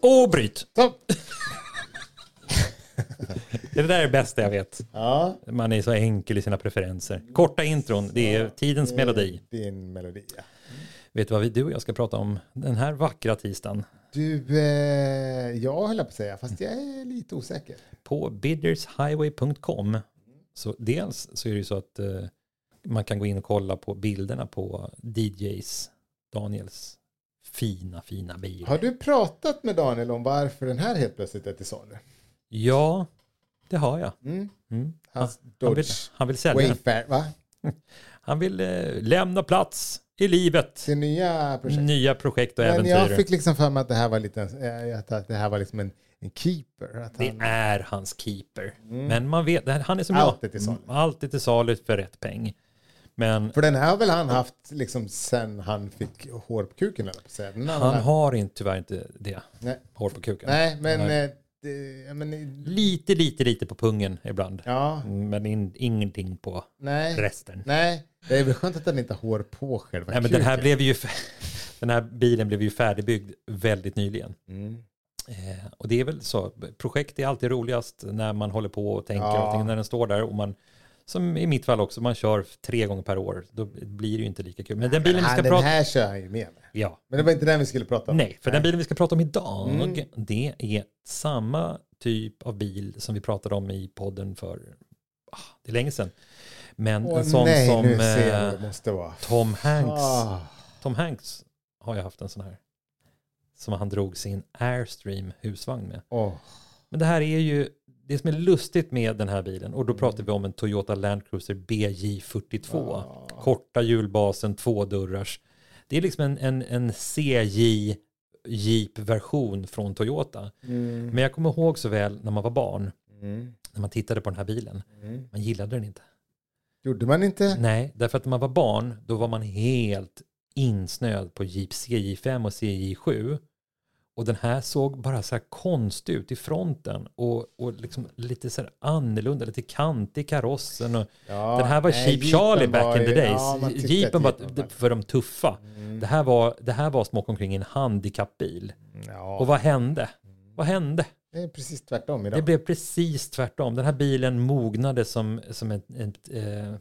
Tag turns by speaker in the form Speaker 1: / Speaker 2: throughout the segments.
Speaker 1: Och bryt.
Speaker 2: Så.
Speaker 1: Det där är det bästa jag vet.
Speaker 2: Ja,
Speaker 1: Man är så enkel i sina preferenser. Korta intron, det är tidens
Speaker 2: eh,
Speaker 1: melodi.
Speaker 2: din melodi. ja.
Speaker 1: Vet du vad vi, du och jag ska prata om den här vackra tisdagen?
Speaker 2: Du, eh, jag höll på att säga, fast jag är lite osäker.
Speaker 1: På biddershighway.com så dels så är det ju så att eh, man kan gå in och kolla på bilderna på DJs, Daniels fina, fina bil.
Speaker 2: Har du pratat med Daniel om varför den här helt plötsligt är till salu?
Speaker 1: Ja, det har jag.
Speaker 2: Mm.
Speaker 1: Mm.
Speaker 2: Hans
Speaker 1: Han vill,
Speaker 2: Dodge
Speaker 1: han vill sälja den.
Speaker 2: Wayfair, va?
Speaker 1: Han vill eh, lämna plats i livet.
Speaker 2: Till nya projekt.
Speaker 1: Nya projekt och
Speaker 2: Men jag
Speaker 1: Mm. äventyr.
Speaker 2: fick liksom för mig att det här var, lite, eh, att- att det här var liksom en, en keeper. Att
Speaker 1: Det
Speaker 2: han,
Speaker 1: är hans keeper. Men man vet, han är som
Speaker 2: Allt
Speaker 1: jag.
Speaker 2: är Mm. till salu.
Speaker 1: Alltid till salu för rätt peng. Men
Speaker 2: för den här har väl han haft liksom sen han fick hår på kuken, eller på att säga. Den har
Speaker 1: han
Speaker 2: haft-
Speaker 1: har inte, tyvärr inte det.
Speaker 2: Nej.
Speaker 1: Hår på kuken.
Speaker 2: Nej, men...
Speaker 1: Nej.
Speaker 2: eh, det- ja, men eh,
Speaker 1: Lite, lite, lite på pungen ibland. Mm,
Speaker 2: ja,
Speaker 1: Men in, ingenting på
Speaker 2: nej.
Speaker 1: resten.
Speaker 2: Nej, det är väl skönt att den inte har hår på själva
Speaker 1: Nej, men den här,
Speaker 2: kuken.
Speaker 1: blev ju, den här bilen blev ju färdigbyggd väldigt nyligen.
Speaker 2: Mm.
Speaker 1: Eh, och det är väl så, projekt är alltid roligast när man håller på och tänker,
Speaker 2: Ja.
Speaker 1: antingen när den står där och man, som i mitt fall också, man kör tre gånger per år. Då blir det ju inte lika kul. Men den bilen vi
Speaker 2: Han,
Speaker 1: ska
Speaker 2: den
Speaker 1: prata
Speaker 2: här kör han ju med mig.
Speaker 1: ja,
Speaker 2: Men det var inte den vi skulle prata om.
Speaker 1: nej, för den bilen vi ska prata om idag,
Speaker 2: Mm.
Speaker 1: det är samma typ av bil som vi pratade om i podden för, ah, det är länge sedan. Men
Speaker 2: Åh,
Speaker 1: en sån
Speaker 2: nej,
Speaker 1: som
Speaker 2: nu ser jag
Speaker 1: eh,
Speaker 2: hur det måste vara.
Speaker 1: Tom Hanks.
Speaker 2: Ah,
Speaker 1: Tom Hanks har ju haft en sån här. Som han drog sin Airstream husvagn med.
Speaker 2: åh.
Speaker 1: Men det här är ju det som är lustigt med den här bilen. Och då pratar vi om en Toyota Land Cruiser BJ42. Korta hjulbasen, tvådörrars. Det är liksom en, en, en CJ Jeep-version från Toyota.
Speaker 2: Mm.
Speaker 1: Men jag kommer ihåg så väl när man var barn,
Speaker 2: Mm.
Speaker 1: när man tittade på den här bilen.
Speaker 2: Mm.
Speaker 1: Man gillade den inte.
Speaker 2: Gjorde man inte?
Speaker 1: Nej, därför att när man var barn då var man helt insnöad på Jeep CJ5 och CJ7. Och den här såg bara så här konstig ut i fronten och, och liksom lite så här annorlunda, lite kantig i karossen. Och
Speaker 2: Ja,
Speaker 1: den här var
Speaker 2: nej,
Speaker 1: Cheap
Speaker 2: Jeepen
Speaker 1: Charlie
Speaker 2: var
Speaker 1: back in the
Speaker 2: ju-
Speaker 1: days.
Speaker 2: ja, man tyckte
Speaker 1: Jeepen
Speaker 2: att
Speaker 1: var
Speaker 2: Jeepen
Speaker 1: d- för de tuffa.
Speaker 2: Mm.
Speaker 1: Det, här var, det här var som att åka omkring i en handikappbil. Och
Speaker 2: Ja, Mm.
Speaker 1: vad hände? Vad hände?
Speaker 2: det är precis tvärtom
Speaker 1: Det
Speaker 2: idag.
Speaker 1: blev precis tvärtom. Den här bilen mognade som, som ett, ett, eh,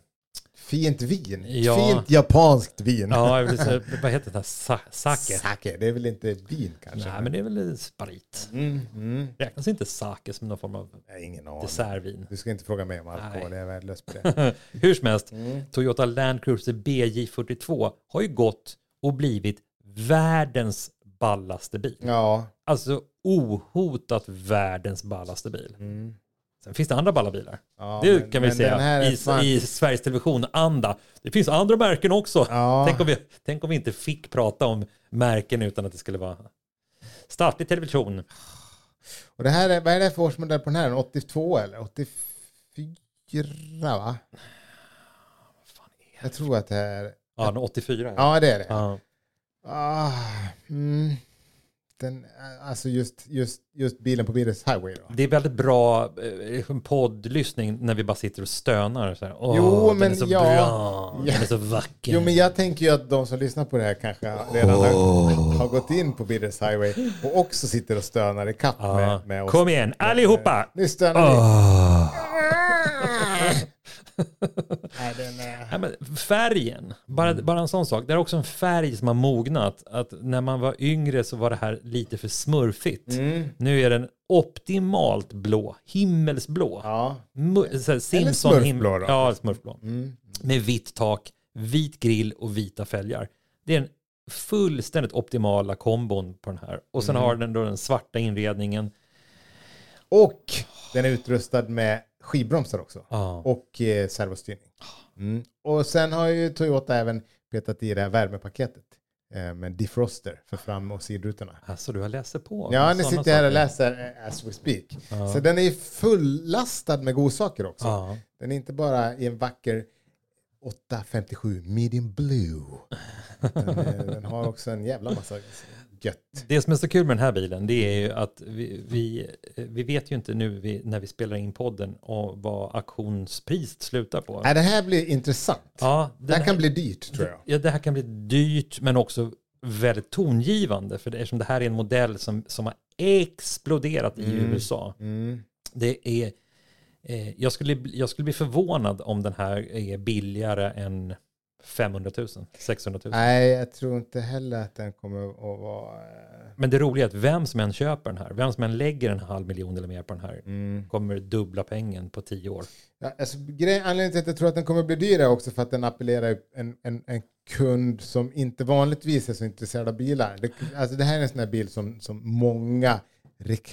Speaker 2: Fint vin.
Speaker 1: Ja.
Speaker 2: Fint japanskt vin.
Speaker 1: Ja, jag vill säga, vad heter det? här? Sa- Sake?
Speaker 2: Sake. Det är väl inte vin kanske?
Speaker 1: Nej, men det är väl sprit.
Speaker 2: Mm. Mm.
Speaker 1: Räknas inte sake som någon form av
Speaker 2: Jag har ingen aning.
Speaker 1: dessertvin?
Speaker 2: Du ska inte fråga mig om alkohol,
Speaker 1: Nej.
Speaker 2: jag är värdelös på det.
Speaker 1: Hur som helst,
Speaker 2: Mm.
Speaker 1: Toyota Land Cruiser BJ42 har ju gått och blivit världens ballaste bil.
Speaker 2: Ja,
Speaker 1: Alltså ohotat världens ballaste bil.
Speaker 2: Mm.
Speaker 1: Sen finns det andra balla bilar.
Speaker 2: Ja,
Speaker 1: det
Speaker 2: men-
Speaker 1: kan vi
Speaker 2: men den här
Speaker 1: säga
Speaker 2: är
Speaker 1: i,
Speaker 2: fan-
Speaker 1: i Sveriges Television-anda. Det finns andra märken också.
Speaker 2: Ja.
Speaker 1: Tänk, om vi, tänk om vi inte fick prata om märken utan att det skulle vara statlig television.
Speaker 2: och det här är, vad är det för årsmodell på den här? En 82 eller 84 va? Jag tror att det är,
Speaker 1: Ja, den 84. Ja.
Speaker 2: ja det är det.
Speaker 1: Ja.
Speaker 2: Ah, mm. den, alltså just, just, just bilen på Billys Highway då.
Speaker 1: Det är väldigt bra eh, poddlyssning när vi bara sitter och stönar. Så här. Åh,
Speaker 2: Jo,
Speaker 1: den är
Speaker 2: men
Speaker 1: så
Speaker 2: ja.
Speaker 1: bra. Den är
Speaker 2: Ja.
Speaker 1: så vacker.
Speaker 2: Jo men jag tänker ju att de som lyssnar på det här kanske redan har, har gått in på Billys Highway och också sitter och stönar i kapp
Speaker 1: ja.
Speaker 2: med, med oss.
Speaker 1: Kom igen, allihopa!
Speaker 2: Nu stönar vi. Nej, den är...
Speaker 1: Nej, men färgen, bara,
Speaker 2: Mm.
Speaker 1: bara en sån sak. Det är också en färg som har mognat. Att när man var yngre så var det här lite för smurfigt.
Speaker 2: Mm.
Speaker 1: Nu är den optimalt blå, himmelsblå.
Speaker 2: Ja. mm.
Speaker 1: Mu- så här, Simpson
Speaker 2: smurfblå då.
Speaker 1: Ja, smurfblå. Med vitt tak, vit grill och vita fälgar. Det är den fullständigt optimala kombon på den här. Och
Speaker 2: Mm.
Speaker 1: sen har den då den svarta inredningen.
Speaker 2: Och den är utrustad med skivbromsar också.
Speaker 1: Ja.
Speaker 2: Och eh, servostyrning. Mm. Och sen har ju Toyota även petat i det här värmepaketet. Eh, med defroster för fram och sidrutorna.
Speaker 1: Alltså du har läst på.
Speaker 2: Ja, nu
Speaker 1: Sådana
Speaker 2: sitter jag här och
Speaker 1: saker.
Speaker 2: läser eh, as we speak. Så den är ju fullastad med godsaker också.
Speaker 1: Ja.
Speaker 2: Den är inte bara i en vacker 857 medium blue. Den, eh, den har också en jävla massa gött.
Speaker 1: Det som är så kul med den här bilen det är ju att vi, vi, vi vet ju inte nu vi, när vi spelar in podden och vad auktionspriset slutar på.
Speaker 2: Nej, det här blir intressant.
Speaker 1: Ja,
Speaker 2: Det
Speaker 1: den
Speaker 2: här kan bli dyrt tror jag.
Speaker 1: Ja, det här kan bli dyrt men också väldigt tongivande för det, eftersom det här är en modell som, som har exploderat i
Speaker 2: Mm.
Speaker 1: USA.
Speaker 2: Mm.
Speaker 1: Det är, eh, jag, skulle, bli- jag skulle bli förvånad om den här är billigare än 500 000, 600 000.
Speaker 2: Nej, jag tror inte heller att den kommer att vara... eh,
Speaker 1: Men det roliga är att vem som än köper den här, vem som än lägger en halv miljon eller mer på den här,
Speaker 2: Mm.
Speaker 1: kommer dubbla pengen på tio år.
Speaker 2: Ja, alltså, grej, anledningen till att jag tror att den kommer bli dyrare också för att den appellerar ju en, en, en kund som inte vanligtvis är så intresserad av bilar. Det, alltså, det här är en sån här bil som, som många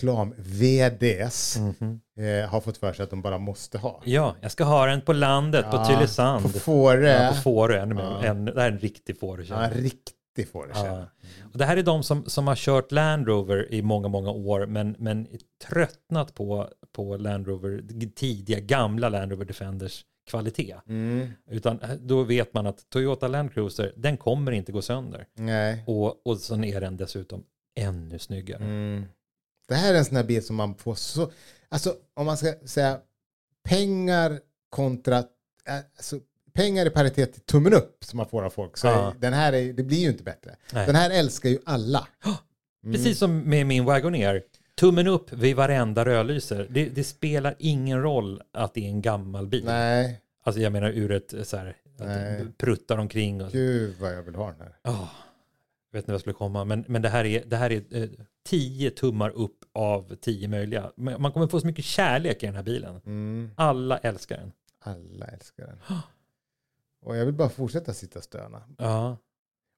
Speaker 2: reklam-VDs
Speaker 1: Mhm.
Speaker 2: eh, har fått för sig att de bara måste ha.
Speaker 1: Ja, jag ska ha den på landet, på
Speaker 2: Ja,
Speaker 1: Tylösand.
Speaker 2: På Fårö.
Speaker 1: Ja, på Fårö, ännu mer.
Speaker 2: Ja.
Speaker 1: En, det här är en riktig Fårö.
Speaker 2: Ja, en riktig Fårö.
Speaker 1: Ja. Och det här är de som, som har kört Land Rover i många, många år men, men tröttnat på, på Land Rover, tidiga gamla Land Rover Defenders kvalitet.
Speaker 2: Mm.
Speaker 1: Utan eh, då vet man att Toyota Land Cruiser, den kommer inte gå sönder.
Speaker 2: Nej.
Speaker 1: Och, och sen är den dessutom ännu snyggare.
Speaker 2: Mm. Det här är en sån här bil som man får så... Alltså om man ska säga pengar kontra... eh, Alltså, pengar i paritet till tummen upp som man får av folk. Så
Speaker 1: Ja.
Speaker 2: är- den här är, det blir ju inte bättre.
Speaker 1: Nej.
Speaker 2: Den här älskar ju alla.
Speaker 1: Precis som med min Wagoneer, tummen upp vid varenda rödlyser. Det, det spelar ingen roll att det är en gammal bil.
Speaker 2: Nej,
Speaker 1: Alltså jag menar ur ett så här, att
Speaker 2: Nej.
Speaker 1: det pruttar omkring. Och,
Speaker 2: gud vad jag vill ha den här.
Speaker 1: Ja, jag vet inte vad jag skulle komma, men, men det här är, det här är eh, 10 tummar upp av 10 möjliga. Men Man kommer få så mycket kärlek i den här bilen.
Speaker 2: Mm.
Speaker 1: Alla älskar den.
Speaker 2: Alla älskar den. Och jag vill bara fortsätta sitta och stöna.
Speaker 1: Ja.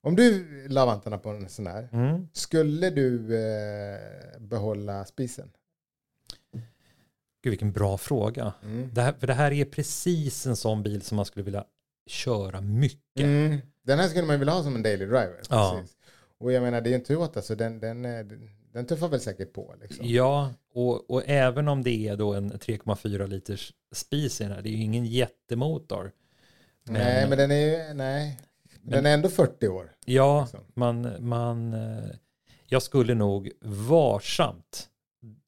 Speaker 2: Om du la vantarna på en sån här,
Speaker 1: Mm.
Speaker 2: skulle du eh, behålla spisen?
Speaker 1: Gud, vilken bra fråga.
Speaker 2: Mm.
Speaker 1: Det här, för det här är precis en sån bil som man skulle vilja köra mycket.
Speaker 2: Mm. Den här skulle man ju vilja ha som en daily driver.
Speaker 1: Ja.
Speaker 2: Precis. Och jag menar, det är ju en Toyota så den, den, eh, den tuffar väl säkert på. Liksom.
Speaker 1: Ja, och, och även om det är då en 3,4 liters spis i den här, det är ju ingen jättemotor.
Speaker 2: nej, men den är ju, nej. Den är ändå 40 år.
Speaker 1: Ja,
Speaker 2: Liksom.
Speaker 1: man, man, eh, jag skulle nog varsamt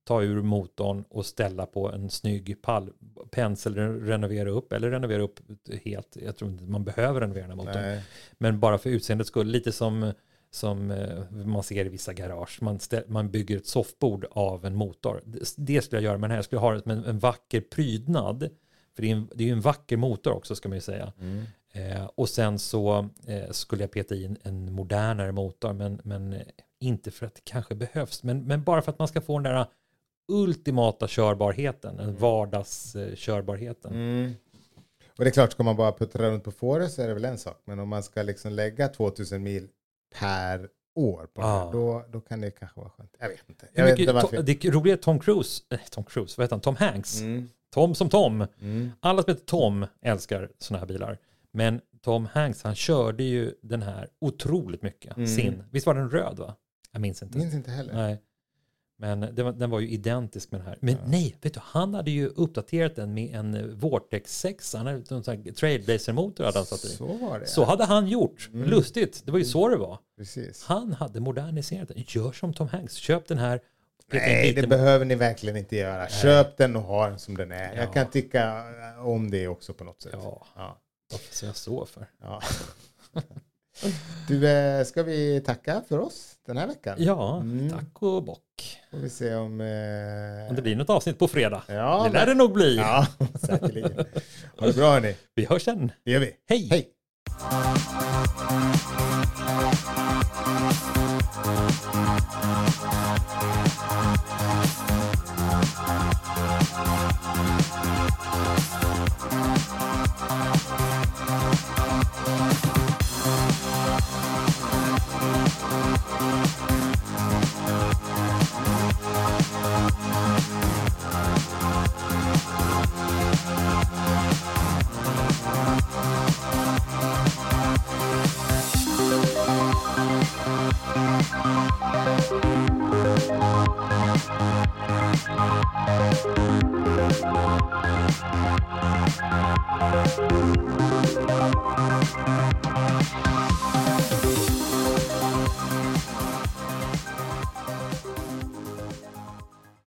Speaker 1: ta ur motorn och ställa på en snygg pall, pensel, renovera upp eller renovera upp helt. Jag tror inte man behöver renovera den här motorn.
Speaker 2: Nej.
Speaker 1: Men bara för utseendets skull, lite som, som eh, man ser i vissa garage. Man, stä- man bygger ett soffbord av en motor. Det- Det skulle jag göra med den här. Jag skulle ha det som en, en vacker prydnad. För det är, en, det är ju en vacker motor också ska man ju säga. Eh, och sen så eh, skulle jag peta in en modernare motor. Men, men eh, inte för att det kanske behövs. Men, men bara för att man ska få den där eh, ultimata körbarheten. eh, En vardagskörbarheten.
Speaker 2: Mm. Och det är klart, ska man bara puttra runt på Fårö så är det väl en sak. Men om man ska liksom lägga 2000 mil per år på den
Speaker 1: Ja.
Speaker 2: här, då, då kan det kanske vara skönt. Jag vet inte.
Speaker 1: Hur
Speaker 2: Jag vet inte
Speaker 1: mycket-
Speaker 2: varför.
Speaker 1: Tom- det roliga är att Tom Cruise, eh, Tom Cruise, vad heter han, Tom Hanks.
Speaker 2: Mm.
Speaker 1: Tom som Tom.
Speaker 2: Mm.
Speaker 1: Alla som heter Tom älskar sådana här bilar. Men Tom Hanks, han körde ju den här otroligt mycket.
Speaker 2: Mm.
Speaker 1: Sin. Visst var den röd va? Jag minns inte.
Speaker 2: Minns inte heller.
Speaker 1: Nej. Men det var, den var ju identisk med den här. Men
Speaker 2: Ja.
Speaker 1: nej, vet du, han hade ju uppdaterat den med en eh, Vortex 6. Han hade en sån här Trailblazer-motor hade han satt i.
Speaker 2: Så var det.
Speaker 1: Så hade han gjort.
Speaker 2: Mm.
Speaker 1: Lustigt, det var ju så det var.
Speaker 2: Precis.
Speaker 1: Han hade moderniserat den. Gör som Tom Hanks, köp den här. peta in
Speaker 2: Nej,
Speaker 1: lite-
Speaker 2: det behöver ni verkligen inte göra. Köp den och ha den som den är.
Speaker 1: Ja.
Speaker 2: Jag kan tycka om det också på något sätt.
Speaker 1: Ja,
Speaker 2: Ja.
Speaker 1: varför ska jag så för?
Speaker 2: Ja. Du, eh, ska vi tacka för oss den här veckan?
Speaker 1: Ja,
Speaker 2: Mm.
Speaker 1: tack och bock.
Speaker 2: Får vi se om... eh,
Speaker 1: Om det blir något avsnitt på fredag.
Speaker 2: Ja,
Speaker 1: det lär det nog bli.
Speaker 2: Ja, säkerligen. Ha det bra hörni.
Speaker 1: Vi hörs sen.
Speaker 2: Det gör vi.
Speaker 1: Hej!
Speaker 2: Hej!